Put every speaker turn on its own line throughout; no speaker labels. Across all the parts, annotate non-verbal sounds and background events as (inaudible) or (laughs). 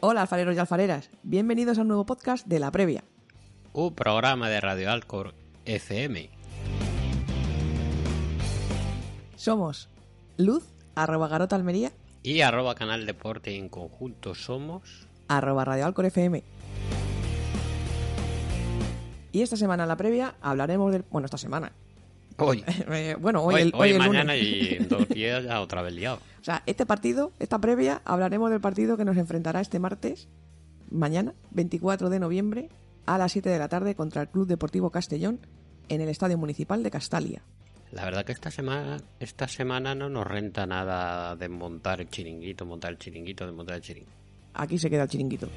Hola alfareros y alfareras, bienvenidos a un nuevo podcast de La Previa.
Un programa de Radio Alcor FM.
Somos luz, arroba garota almería,
Y arroba Canal Deporte en conjunto somos...
arroba radio Alcor FM. Y esta semana en La Previa hablaremos del... Bueno, esta semana. (laughs)
Hoy.
Eh, bueno, hoy,
Hoy,
el,
hoy,
hoy el
mañana
lunes.
y en dos días ya otra vez liado.
(laughs) O sea, este partido, esta previa, hablaremos del partido que nos enfrentará este martes, mañana, 24 de noviembre, a las 7 de la tarde contra el Club Deportivo Castellón en el Estadio Municipal de Castalia.
La verdad que esta semana, esta semana no nos renta nada desmontar el chiringuito, montar el chiringuito, desmontar el chiringuito.
Aquí se queda el chiringuito.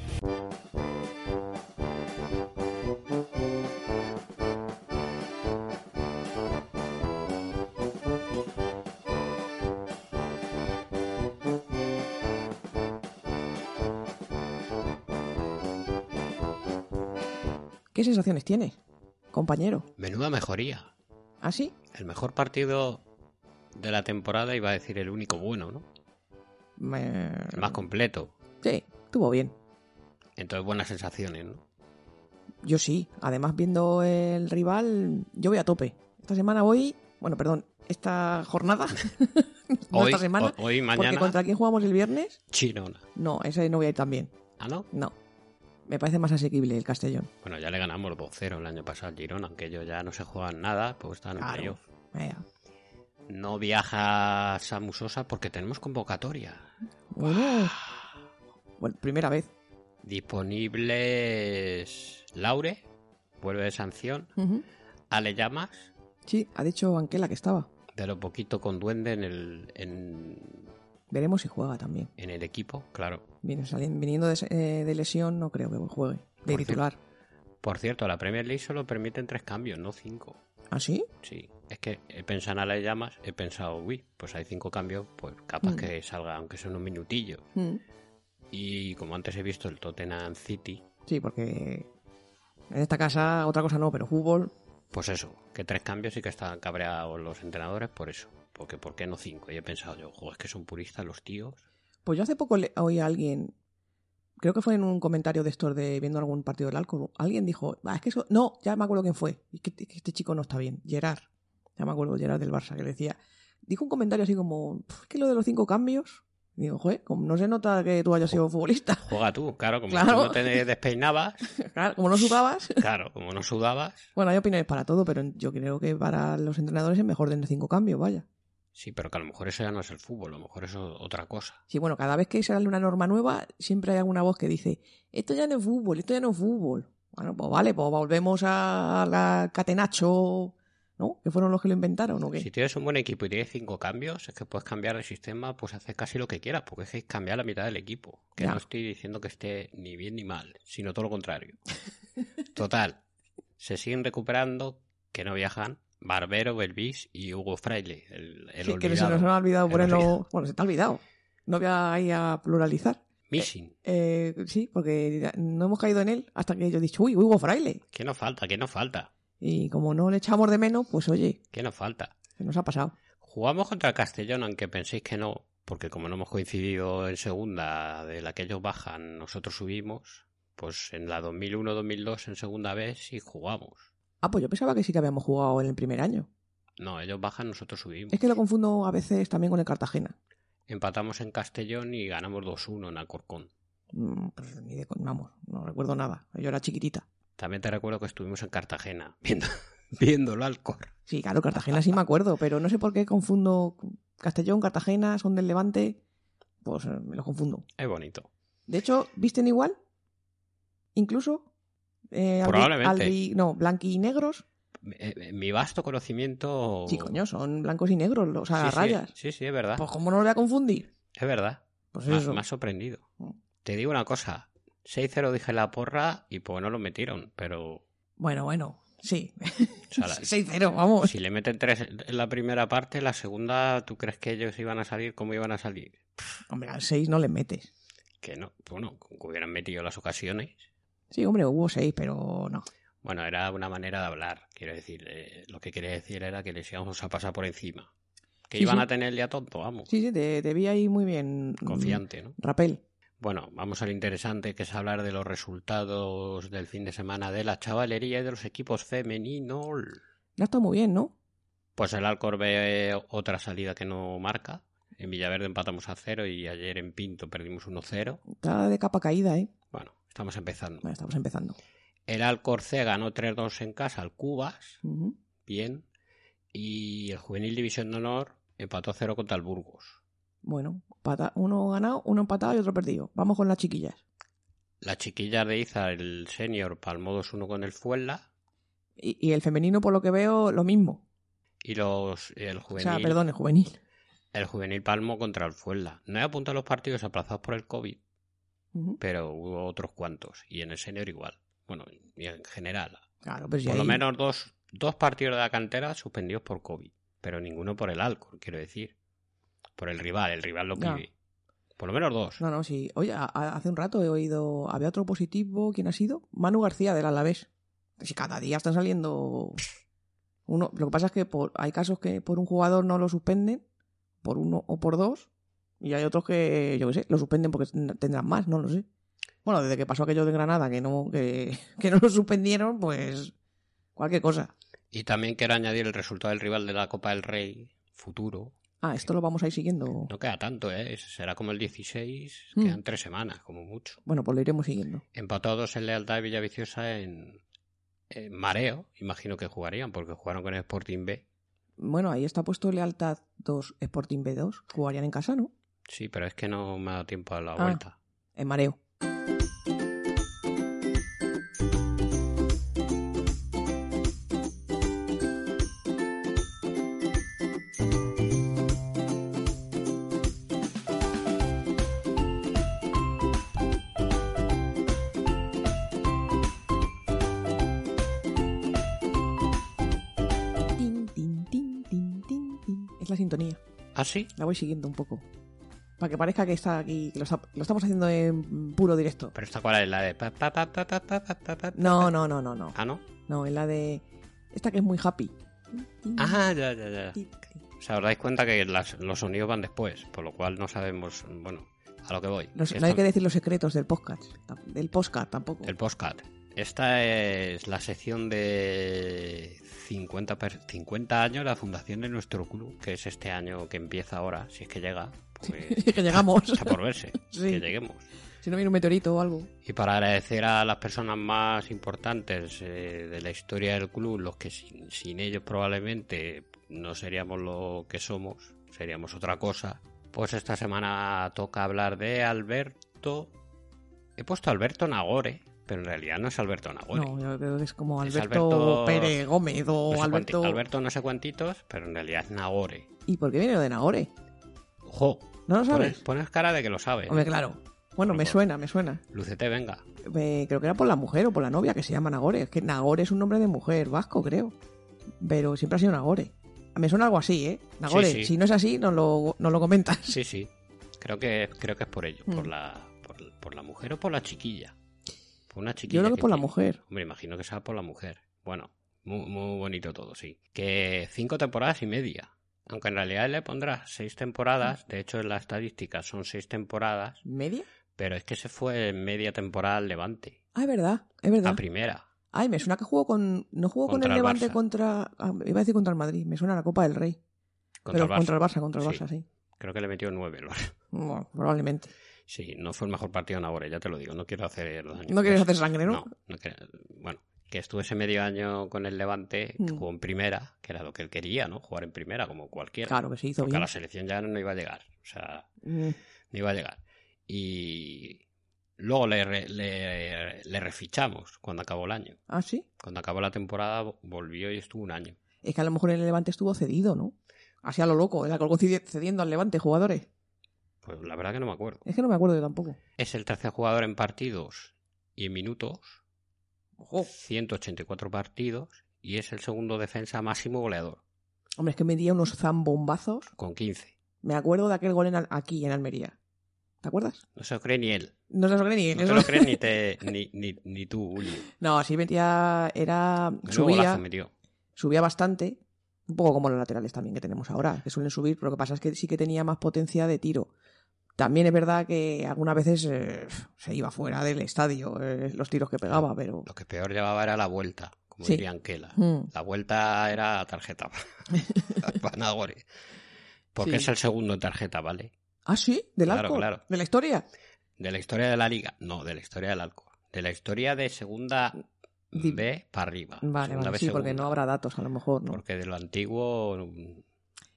¿Qué sensaciones tienes, compañero? ¿Ah,
Menuda mejoría.
¿Así?
El mejor partido de la temporada iba a decir el único bueno, ¿no?
Me...
El más completo.
Sí, estuvo bien.
Entonces buenas sensaciones, ¿no?
Yo sí. Además, viendo el rival, yo voy a tope. Esta semana voy. Bueno, perdón, esta jornada. (laughs) no
Hoy,
esta semana.
ho- hoy
Porque
mañana,
contra quién jugamos el viernes,
Chirona.
no, ese no voy a ir también.
¿Ah, no?
No. Me parece más asequible el Castellón.
Bueno, ya le ganamos 2-0 el año pasado al Girona, aunque ellos ya no se juegan nada, pues están en
Claro.
playoff.
Vaya.
No viaja Samu Sosa porque tenemos convocatoria.
Bueno. Bueno, primera vez.
Disponibles Laure, vuelve de sanción,
Ujú.
Ale Llamas,
Sí, ha dicho Anquela que estaba.
de lo poquito con Duende en el, en,
Veremos si juega también.
en el equipo, claro.
Viene saliendo, viniendo de, eh, de lesión, no creo que juegue. De
Por
titular.
Por cierto, la Premier League solo permiten tres cambios, no cinco.
¿Ah, sí?
Sí, es que he pensado en Ale Llamas, he pensado, uy, pues hay cinco cambios, pues capaz
Mm.
que salga, aunque sea unos minutillos.
Mm.
Y como antes he visto el Tottenham City,
Sí, porque en esta casa otra cosa no, pero fútbol.
pues eso, que tres cambios y que están cabreados los entrenadores por eso. Porque ¿por qué no cinco? Y he pensado yo, "Jo, es que son puristas los tíos.
Pues yo hace poco le oí a alguien, creo que fue en un comentario de estos de viendo algún partido del alcohol, alguien dijo, "Ah, es que eso, no, ya me acuerdo quién fue, es que, es que este chico no está bien, Gerard, ya me acuerdo, Gerard del Barça, que decía, dijo un comentario así como, "Pf, es que lo de los cinco cambios, Y digo, joder, como no se nota que tú hayas sido futbolista, (laughs)
Juega tú, claro, como
Claro.
tú no te despeinabas,
claro, como no jugabas.
claro, como no sudabas.
(laughs) Bueno, hay opiniones para todo, pero yo creo que para los entrenadores es mejor tener cinco cambios, vaya.
Sí, pero que a lo mejor eso ya no es el fútbol, a lo mejor eso es otra cosa.
Sí, bueno, cada vez que sale una norma nueva, siempre hay alguna voz que dice, esto ya no es fútbol, esto ya no es fútbol. Bueno, pues vale, pues volvemos a la catenacho, ¿no? Que fueron los que lo inventaron, ¿o qué?
Si tienes un buen equipo y tienes cinco cambios, es que puedes cambiar el sistema, pues haces casi lo que quieras, porque es que es cambiar la mitad del equipo. Que
Ya.
no estoy diciendo que esté ni bien ni mal, sino todo
(laughs)
lo contrario. Total, se siguen recuperando, que no viajan, Barbero, Belvis y Hugo Fraile, el, el
Sí, que se
olvidado.
nos ha olvidado
El
ponerlo...
olvidado.
Bueno, se te ha olvidado. No voy a ir a pluralizar.
Missing.
Eh, sí, porque no hemos caído en él hasta que yo he dicho, uy, Hugo Fraile.
¿Qué nos falta? ¿Qué nos falta?
Y como no le echamos de menos, pues oye,
¿Qué nos falta?
se nos ha pasado.
Jugamos contra el Castellón, aunque penséis que no, porque como no hemos coincidido en segunda, de la que ellos bajan, nosotros subimos, pues en la 2001-2002 en segunda vez sí jugamos.
Ah, pues yo pensaba que sí que habíamos jugado en el primer año.
No, ellos bajan, nosotros subimos.
Es que lo confundo a veces también con el Cartagena.
Empatamos en Castellón y ganamos 2-1 en Alcorcón.
Mm, Pues ni de co- vamos, no recuerdo nada. Yo era chiquitita.
También te recuerdo que estuvimos en Cartagena (laughs) viendo, viendo el Alcor.
Sí, claro, Cartagena sí me acuerdo, pero no sé por qué confundo Castellón, Cartagena, son del Levante. pues eh, me lo confundo.
Es bonito.
De hecho, ¿visten igual? Incluso. Eh, albi-
Probablemente.
albi- no, blanqui y negros.
Eh, eh, Mi vasto conocimiento.
Sí, coño, son blancos y negros, o sea,
Oh. Sí,
las
sí,
rayas.
Sí, sí, es verdad.
Pues cómo no lo voy a confundir.
Es verdad.
Pues
Me ha-
eso.
Me ha sorprendido.
Mm.
Te digo una cosa. 6-0 dije la porra y pues no lo metieron, pero o
Bueno, bueno, sí. (laughs)
sea, la-
6-0, vamos.
si le meten tres en la primera parte, la segunda, ¿tú crees que ellos iban a salir como iban a salir?
Hombre, al 6 no le metes.
Que no, bueno, que hubieran metido las ocasiones.
Sí, hombre, hubo 6, pero no.
Bueno, era una manera de hablar, quiero decir, eh, lo que quería decir era que les íbamos a pasar por encima. Que
Sí,
iban
sí.
a tener ya tonto, vamos,
Sí, sí, te, te vi ahí muy bien. mm,
confiante, ¿no?
Rapel.
Bueno, vamos al interesante que es hablar de los resultados del fin de semana de la chavalería y de los equipos femeninos.
No está muy bien, ¿no?
Pues el Alcorbe otra salida que no marca. En Villaverde empatamos a cero y ayer en Pinto perdimos 1-0.
Está de capa caída, ¿eh?
Bueno, estamos empezando.
Bueno, estamos empezando.
El Alcorce ganó 3-2 en casa al Cubas,
Ujú.
bien. Y el Juvenil División de Honor empató 0 contra el Burgos.
Bueno, pata- uno ganado, uno empatado y otro perdido. Vamos con las chiquillas.
La chiquilla de Iza, el senior, palmó 2-1 con el Fuenla.
Y, y el femenino, por lo que veo, lo mismo.
Y los, el juvenil.
O sea, perdón, el juvenil.
El juvenil Palmo contra el Fuenla. No he apuntado los partidos aplazados por el COVID,
Ujú.
pero hubo otros cuantos. Y en el senior igual. Bueno, y en general.
Claro, pero si
por lo
ahí-
menos dos, dos partidos de la cantera suspendidos por COVID. Pero ninguno por el Alcor, quiero decir. Por el rival, el rival lo
Ya.
pide. Por lo menos dos.
No, no, sí. Oye, a- a- hace un rato he oído. Había otro positivo. ¿Quién ha sido? Manu García del Alavés. Si cada día están saliendo. Uno, lo que pasa es que por, hay casos que por un jugador no lo suspenden, por uno o por dos, y hay otros que, yo qué sé, lo suspenden porque ten- tendrán más, no lo sé. Bueno, desde que pasó aquello de Granada que no, que, (laughs) que no lo suspendieron, pues cualquier cosa.
Y también quiero añadir el resultado del rival de la Copa del Rey futuro.
Ah, esto lo vamos a ir siguiendo.
No queda tanto, ¿eh? Será como el 16,
Mm.
quedan tres semanas, como mucho.
Bueno, pues lo iremos siguiendo.
Empató a dos en Lealtad y Villaviciosa en, en Mareo. Imagino que jugarían porque jugaron con el Sporting B.
Bueno, ahí está puesto Lealtad 2 Sporting B2. Jugarían en casa, ¿no?
Sí, pero es que no me ha dado tiempo a la
Ah.
vuelta.
En mareo. Tin, tin, tin, tin, tin, tin. Es la sintonía.
¿Ah, sí?
La voy siguiendo un poco. Para que parezca que está aquí, que lo, está- lo estamos haciendo en puro directo.
Pero esta cuál es la de... pa, pa, pa, pa, pa, pa, pa, pa, pa,
No,
pa?
no, no, no, no.
Ah, ¿no?
No, es la de. Esta que es muy happy.
Ah, ya, ya, ya. O sea, os dais cuenta que las- los sonidos van después, por lo cual no sabemos, bueno, a lo que voy.
No, sé, no
Esta-
hay que decir los secretos del podcast. tam- Del podcast tampoco.
El postcat. Esta es la sección de 50, per- 50 años, la fundación de nuestro club, que es este año que empieza ahora, si es que llega. porque
(laughs) que llegamos.
(laughs) Está por verse,
(laughs) Sí.
que lleguemos.
si no viene un meteorito o algo.
Y para agradecer a las personas más importantes eh, de la historia del club, los que sin, sin ellos probablemente no seríamos lo que somos, seríamos otra cosa, pues esta semana toca hablar de Alberto. He puesto Alberto Nagore, pero en realidad no es Alberto Nagore.
No, yo creo que es como
Es
Alberto,
Alberto-
Pérez Gómez o
No sé cuánti-
Alberto...
Alberto no sé cuantitos, pero en realidad es Nagore.
¿Y por qué viene lo de Nagore?
Jo,
¿No lo
pones,
sabes?
pones cara de que lo sabes.
Hombre, claro. Bueno, me
Ojo.
suena, me suena.
Lucete, venga.
Eh, creo que era por la mujer o por la novia que se llama Nagore. Es que Nagore es un nombre de mujer vasco, creo. Pero siempre ha sido Nagore. Me suena algo así, ¿eh? Nagore,
Sí, sí.
si no es así, nos lo, nos lo comentas.
Sí, sí. Creo que, creo que es por ello.
Mm.
Por, la, por, por la mujer o por la chiquilla. Por una chiquilla.
Yo creo que por la
tiene.
mujer.
Hombre, imagino que sea por la mujer. Bueno, muy, muy bonito todo, sí. Que cinco temporadas y media. Aunque en realidad le pondrás seis temporadas. De hecho, en la estadística son seis temporadas.
¿Media?
Pero es que se fue en media temporada al Levante.
Ah, es verdad, es verdad.
A primera.
Ay, me suena que jugó con. No jugó con
Contra
el
el
Levante
Barça.
contra. ah, iba a decir contra el Madrid, me suena la Copa del Rey.
Contra
pero
el Barça.
contra el Barça, contra el
Sí.
Barça, sí.
Creo que le metió nueve. el Barça.
Bueno, probablemente.
(laughs) Sí, no fue el mejor partido en Nagore, ya te lo digo. No quiero hacer daño.
No quieres hacer sangre, ¿no?
Pues No, no que- bueno, que estuve ese medio año con el Levante,
Mm.
jugó en primera, que era lo que él quería, ¿no? Jugar en primera, como cualquiera.
Claro que se hizo
porque a
bien.
la selección ya no iba a llegar. O sea,
Mm,
no iba a llegar. Y luego le, re- le, le refichamos cuando acabó el año.
Ah, sí.
Cuando acabó la temporada volvió y estuvo un año.
Es que a lo mejor el Levante estuvo cedido, ¿no? Así a lo loco, el alcohol cediendo al Levante, jugadores.
Pues la verdad que no me acuerdo.
Es que no me acuerdo yo tampoco.
Es el tercer jugador en partidos y en minutos,
Ojo.
184 partidos, y es el segundo defensa máximo goleador,
Hombre, es que me metía unos zambombazos.
con 15.
Me acuerdo de aquel gol en Al- aquí, en Almería. ¿Te acuerdas?
No se lo cree ni él.
No se lo cree ni
No se lo
(laughs)
crees ni, te- ni, ni, ni tú, Julio.
No, sí metía. Era.
Menudo
Subía,
golazo metió.
subía bastante. Un poco como los laterales también que tenemos ahora, que suelen subir. Pero lo que pasa es que sí que tenía más potencia de tiro. También es verdad que algunas veces eh, se iba fuera del estadio eh, los tiros que pegaba, pero.
Lo que peor llevaba era la vuelta, como
Sí.
diría Anquela.
Hmm.
La vuelta era
(laughs)
tarjeta para Nagore. Porque
Sí.
es el segundo en tarjeta, ¿vale?
Ah, sí, del
Claro,
alcohol,
claro.
de la historia.
De la historia de la liga. No, de la historia del alcohol. De la historia de segunda
Di-
B para arriba.
Vale,
Segunda
vale,
B,
sí, porque
segunda.
no habrá datos a lo mejor, ¿no?
Porque de lo antiguo, mm,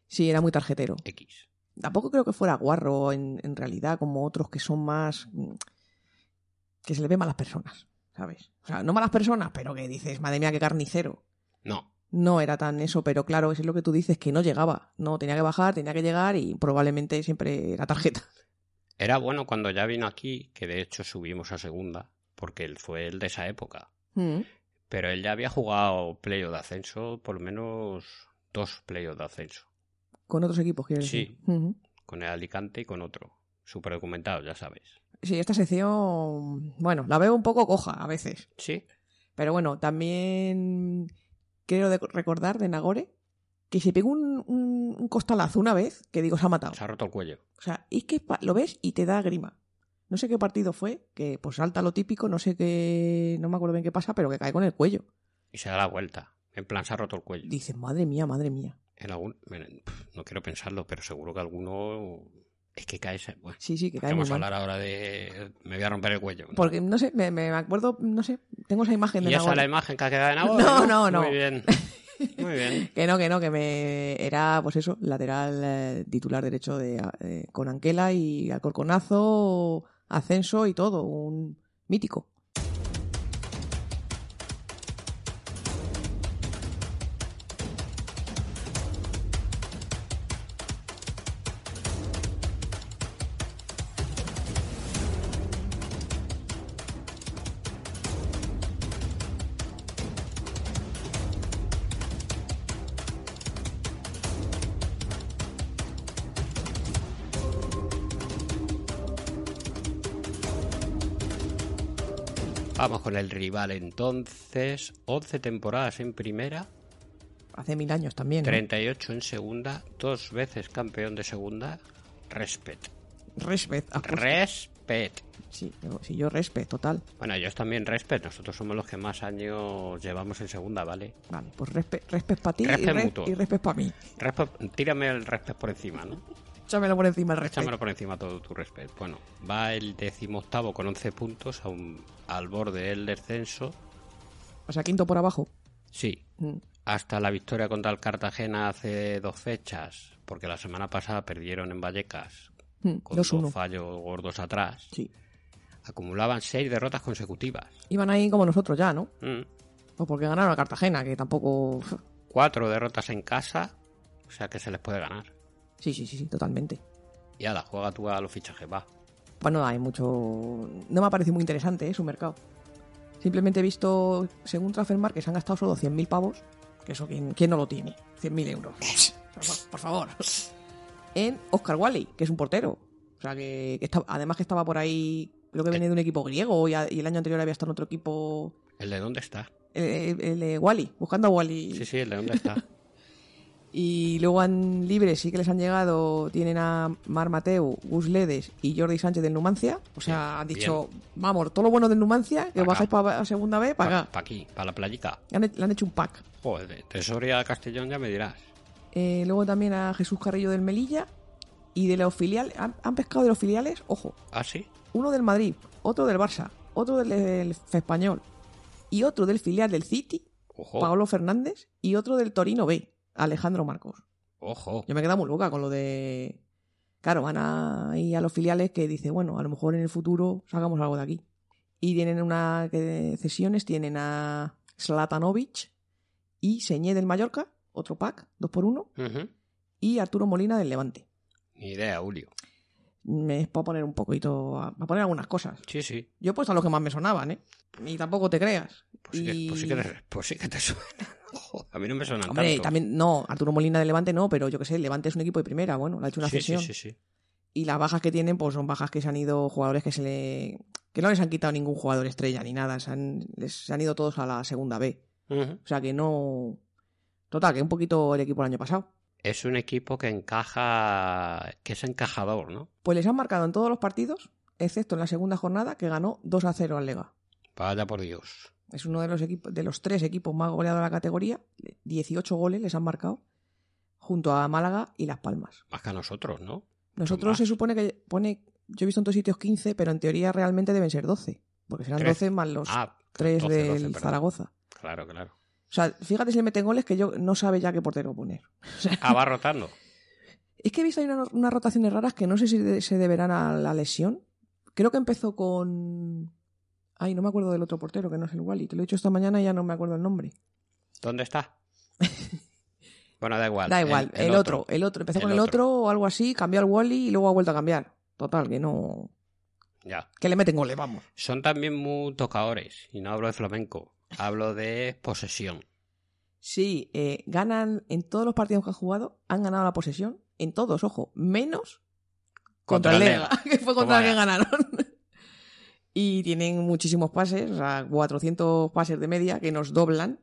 Sí, era muy tarjetero.
X.
Tampoco creo que fuera guarro en, en realidad, como otros que son más. mm, que se le ve malas personas, ¿sabes? O sea, no malas personas, pero que dices, madre mía, qué carnicero.
No,
No era tan eso, pero claro, eso es lo que tú dices, que no llegaba. No, tenía que bajar, tenía que llegar y probablemente siempre era tarjeta.
era bueno cuando ya vino aquí, que de hecho subimos a segunda, porque él fue el de esa época.
Mm.
Pero él ya había jugado playoff de ascenso, por lo menos dos playoffs de ascenso,
Con otros equipos, quiero decir. Ujú.
con el Alicante y con otro. Súper documentado, ya sabes.
Sí, esta sección, bueno, la veo un poco coja a veces.
Sí,
Pero bueno, también quiero de- recordar de Nagore que se pegó un, un- un costalazo una vez que digo, se ha matado.
se ha roto el cuello.
O sea, es que pa- lo ves y te da grima. No sé qué partido fue, que pues salta lo típico, no sé qué, no me acuerdo bien qué pasa, pero que cae con el cuello.
Y se da la vuelta. En plan, se ha roto el cuello.
Dices, madre mía, madre mía.
En algún... en- pf, No quiero pensarlo, pero seguro que alguno... Es que cae... ese- Bueno,
Sí, sí, que
¿para
cae
qué
muy
vamos a
mal.
hablar ahora de... Me voy a romper el cuello. ¿no?
Porque, no sé, me, me acuerdo, no sé, tengo esa imagen de
¿Y esa es la
Nagore.
imagen que ha quedado en agua?
(laughs) No, no, no.
Muy
(laughs)
bien. Muy bien.
Que no, que no, que me era, pues eso, lateral eh, titular derecho de eh, con Anquela y Alcorconazo, ascenso y todo, un mítico.
Vamos con el rival entonces. 11 temporadas en primera,
Hace mil años también. ¿no?
38 en segunda, dos veces campeón de segunda. Respet.
Respect. ah, pues,
Respet.
sí, yo- sí, yo respect, total.
Bueno, ellos también respet. Nosotros somos los que más años llevamos en segunda, ¿vale?
Vale, pues respect, respect para ti y,
Respect
res-
mutuo.
y respect para mí.
Respet- tírame el respet por encima, ¿no?
Échamelo por encima el respect.
Échamelo por encima todo tu respet. Bueno, va el decimoctavo con 11 puntos a un- al borde del descenso.
O sea, quinto por abajo.
Sí,
Mm,
hasta la victoria contra el Cartagena hace dos fechas, porque la semana pasada perdieron en Vallecas
mm,
con dos
2-1.
fallos gordos atrás,
Sí.
acumulaban seis derrotas consecutivas.
Iban ahí como nosotros ya, ¿no?
Mm.
Pues porque ganaron a Cartagena, que tampoco.
Cuatro derrotas en casa, o sea que se les puede ganar.
Sí, sí, sí, sí, totalmente.
Y ala, juega tú a los fichajes, va.
Bueno, hay mucho. No me ha parecido muy interesante ¿eh? su mercado. Simplemente he visto, según Transfermarkt, que se han gastado solo 100.000 pavos. Que eso, ¿quién, quién no lo tiene? 100.000 euros. Por- Por favor. En Oscar Wally, que es un portero. O sea, que, que está- además que estaba por ahí, creo que venía de un equipo griego y, a- y el año anterior había estado en otro equipo.
¿El de dónde está?
El, el de Wally, buscando a Wally.
Sí, sí, el de
(laughs)
dónde está.
Y luego en Libre sí que les han llegado, tienen a Mar Mateu, Gus Ledes y Jordi Sánchez del Numancia. O sea, han dicho, vamos, todo lo bueno del Numancia, que
Pa' acá.
bajáis para segunda B, para
Para
acá.
aquí, para la playica.
Le han, he- le han hecho un pack.
Joder, de tesoría a Castellón ya me dirás.
Eh, luego también a Jesús Carrillo del Melilla. Y de los filiales, han, han pescado de los filiales, ojo,
¿Ah, sí?
uno del Madrid, otro del Barça, otro del, del Español y otro del filial del City,
Ojo,
Paolo Fernández, y otro del Torino B, Alejandro Marcos.
ojo.
Yo me he quedado muy loca con lo de Claro, van a ir a los filiales que dice, bueno, a lo mejor en el futuro sacamos algo de aquí. Y tienen una que- cesiones, tienen a Slatanovic y Señé del Mallorca, otro pack, dos por uno,
Ujú.
y Arturo Molina del Levante.
Ni idea, Julio.
Me es para poner un poquito, a, a poner algunas cosas.
Sí, sí.
Yo he puesto a los que más me sonaban, ¿eh? Y tampoco te creas.
Pues sí, que, pues sí
Y-
que te, pues sí que te (laughs) suena. Joder, a mí no me suenan
Hombre,
tanto.
también, no, Arturo Molina del Levante no, pero yo que sé, el Levante es un equipo de primera, bueno, le ha hecho una
sí, sí,
cesión.
sí, sí.
Y las bajas que tienen, pues son bajas que se han ido jugadores que se le. que no les han quitado ningún jugador estrella ni nada, se han, les- se han ido todos a la segunda B.
Ujú.
O sea que no. Total, que un poquito el equipo el año pasado.
Es un equipo que encaja, que es encajador, ¿no?
Pues les han marcado en todos los partidos, excepto en la segunda jornada, que ganó 2 a 0 al Lega.
Vaya por Dios.
Es uno de los equipos, de los tres equipos más goleados de la categoría. 18 goles les han marcado, junto a Málaga y Las Palmas.
Más que a nosotros, ¿no?
Nosotros
más.
se supone que pone, yo he visto en todos sitios 15, pero en teoría realmente deben ser 12, porque serán
Trece.
12 más los
Ah,
3
12,
del
12, perdón.
Zaragoza.
Claro, claro.
O sea, fíjate si le meten goles que yo no sabe ya qué portero poner. (laughs) O sea,
Ah, va rotando.
es que he visto ahí una- unas rotaciones raras que no sé si de- se deberán a la lesión. Creo que empezó con... Ay, no me acuerdo del otro portero, que no es el Wally. Te lo he dicho esta mañana y ya no me acuerdo el nombre. (laughs)
¿Dónde está? Bueno, da igual. ¿eh?
da igual, el, otro, el otro. Empezó
El
con el
otro.
otro o algo así, cambió al Wally y luego ha vuelto a cambiar. Total, que no...
Ya.
Que le meten goles, vamos.
Son también muy tocadores. Y no hablo de flamenco. Hablo de posesión.
Sí, eh, ganan en todos los partidos que han jugado, han ganado la posesión, en todos, ojo, menos contra, el Lega, (laughs) que fue contra el que
Pues Vaya.
ganaron. (laughs) y tienen muchísimos pases, o sea, 400 pases de media que nos doblan.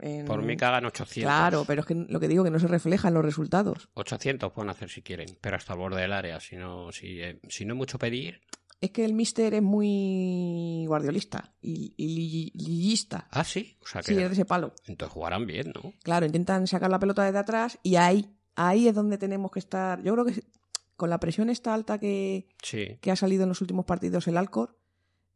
en-
Por mí cagan 800.
Claro, pero es que lo que digo que no se reflejan los resultados.
800 pueden hacer si quieren, pero hasta el borde del área. Si no, si, eh, si no es mucho pedir.
Es que el Mister es muy guardiolista y, y li- liguista.
Ah, sí. O sea que.
Sí, es de ese palo.
Entonces jugarán bien, ¿no?
Claro, intentan sacar la pelota desde atrás y ahí, ahí es donde tenemos que estar. Yo creo que con la presión esta alta que,
Sí.
que ha salido en los últimos partidos el Alcor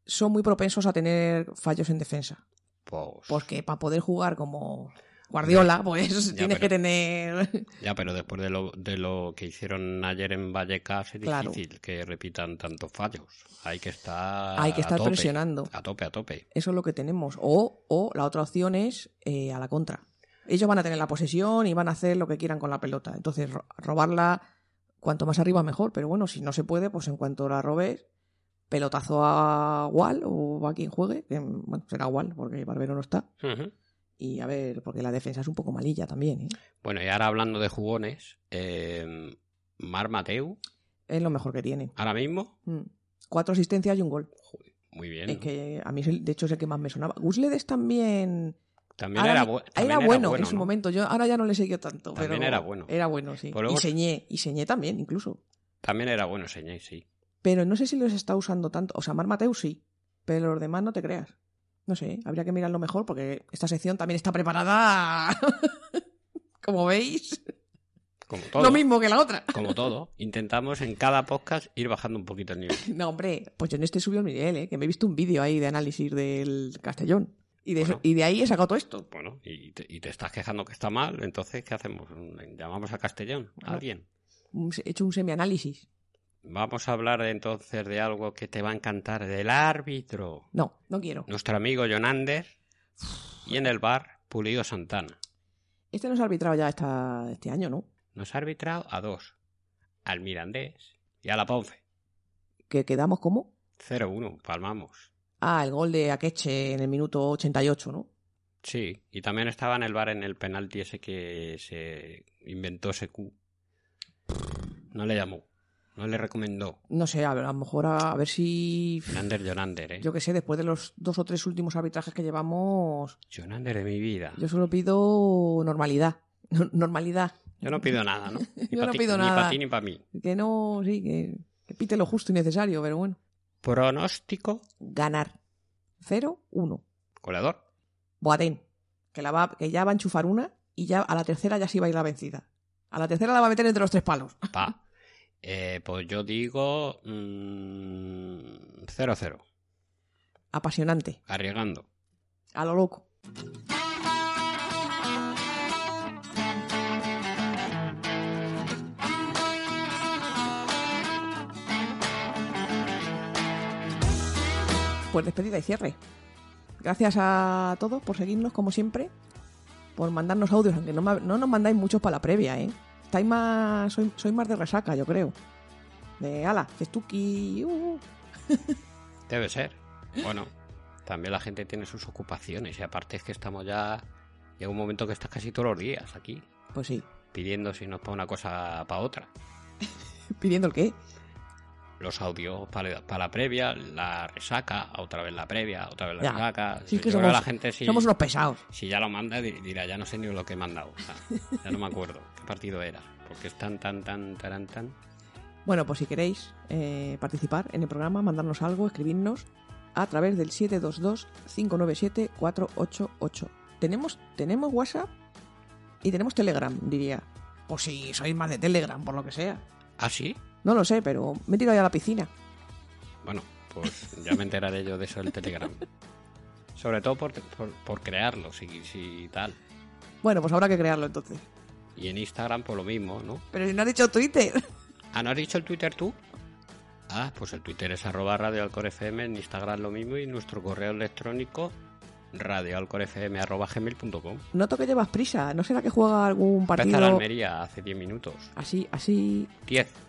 son muy propensos a tener fallos en defensa.
Pues,
Porque para poder jugar como Guardiola, pues
Ya,
tienes
pero-
que tener. (laughs)
Ya, pero después de lo, de lo que hicieron ayer en Vallecas es
Claro.
difícil que repitan tantos fallos. Hay que estar.
Hay que
a
estar
tope,
presionando.
A tope, a tope.
Eso es lo que tenemos. O, o la otra opción es eh, a la contra. Ellos van a tener la posesión y van a hacer lo que quieran con la pelota. Entonces, ro- robarla cuanto más arriba mejor. Pero bueno, si no se puede, pues en cuanto la robes, pelotazo a Wall o a quien juegue. que, bueno, será Wall porque Barbero no está.
Ujú.
Y a ver, porque la defensa es un poco malilla también. ¿eh?
Bueno, y ahora hablando de jugones, eh, Mar Mateu,
Es lo mejor que tiene.
ahora mismo,
Mm. Cuatro asistencias y un gol.
muy bien.
Es
¿no?
que a mí, es el- de hecho, es el que más me sonaba. Gusledes también.
También,
ahora
era,
mi-
bu-
era
también era
bueno en su
¿no?
momento. Yo ahora ya no le he seguido tanto.
También
pero
era bueno.
Era bueno, sí.
Pues luego-
Y Señé. Y Señé también, incluso.
También era bueno, señor, sí.
Pero no sé si los está usando tanto. O sea, Mar Mateu sí. Pero los demás no te creas. No sé, habría que mirarlo mejor porque esta sección también está preparada. (laughs) Como veis,
Como todo.
lo mismo que la otra.
Como todo. Intentamos en cada podcast ir bajando un poquito el nivel.
No, hombre, pues yo en este subió el nivel, ¿eh? que me he visto un vídeo ahí de análisis del Castellón. Y de, eso-
Bueno.
y de ahí he sacado todo esto.
Bueno, y te, y te estás quejando que está mal, entonces, ¿qué hacemos? ¿Llamamos a Castellón? ¿A
Bueno.
alguien?
Un- He hecho un semianálisis.
Vamos a hablar entonces de algo que te va a encantar, del árbitro.
No, no quiero.
Nuestro amigo Jonander y en el bar Pulido Santana.
Este no se ha arbitrado ya esta, este año, ¿no?
Nos ha arbitrado a dos. Al Mirandés y a la Ponce.
Que quedamos como.
0-1, palmamos.
Ah, el gol de Akeche en el minuto 88, ¿no?
Sí, y también estaba en el bar en el penalti ese que se inventó ese Q. No le llamó, no le recomendó.
No sé, a, ver, a lo mejor a, a ver si.
Jonander, Jonander, ¿eh?
Yo qué sé, después de los dos o tres últimos arbitrajes que llevamos,
Jonander de mi vida.
yo solo pido normalidad. (laughs) No- Normalidad.
Yo no pido nada,
(laughs)
¿no? Ni
Yo
pa'
no
ti-
pido
Ni para
nada.
ti ni para mí.
Que no, sí, que, que pite lo justo y necesario, pero bueno.
Pronóstico,
Ganar. 0-1.
goleador.
Boatén. Que, la va, que ya va a enchufar una y ya a la tercera ya sí va a ir la vencida. A la tercera la va a meter entre los tres palos.
Pa. Eh, pues yo digo mm, 0-0,
Apasionante.
arriesgando.
A lo loco. pues despedida y cierre. Gracias a todos por seguirnos, como siempre, por mandarnos audios, aunque no, ma- no nos mandáis muchos para la previa, ¿eh? Estáis más. Soy, soy más de resaca, yo creo. De ala, festuki. uh.
Debe ser.
(gasps)
Bueno, también la gente tiene sus ocupaciones y aparte es que estamos ya... Llega un momento que estás casi todos los días aquí,
Pues sí.
pidiendo si nos para una cosa para otra.
¿Pidiendo el qué?
Los audios para, para la previa, la resaca, otra vez la previa, otra vez la
Ya.
resaca.
Sí, es que
Yo creo
somos-
la gente si,
Somos unos pesados.
si ya lo manda di- dirá, ya no sé ni lo que he mandado. O sea, ya no me acuerdo qué partido era. Porque es tan, tan, tan, tan, tan...
Bueno, pues si queréis eh, participar en el programa, mandarnos algo, escribirnos a través del 722-597-488. Tenemos, tenemos WhatsApp y tenemos Telegram, diría. Por si sois más de Telegram, por lo que sea.
¿Ah, sí?
No lo sé, pero me he tirado ya a la piscina.
Bueno, pues ya me enteraré yo de eso del Telegram. Sobre todo por, por, por crearlo, si, si tal.
Bueno, pues habrá que crearlo entonces.
Y en Instagram por lo mismo, ¿no?
Pero si no has dicho Twitter. (laughs)
Ah, ¿no has dicho el Twitter tú? Ah, pues el Twitter es arroba Radio Alcor FM, en Instagram lo mismo y nuestro correo electrónico radioalcorfm arroba gmail.com.
Noto que llevas prisa. ¿No será que juega algún
Empieza la
partido?
Almería hace 10 minutos.
Así, así,
10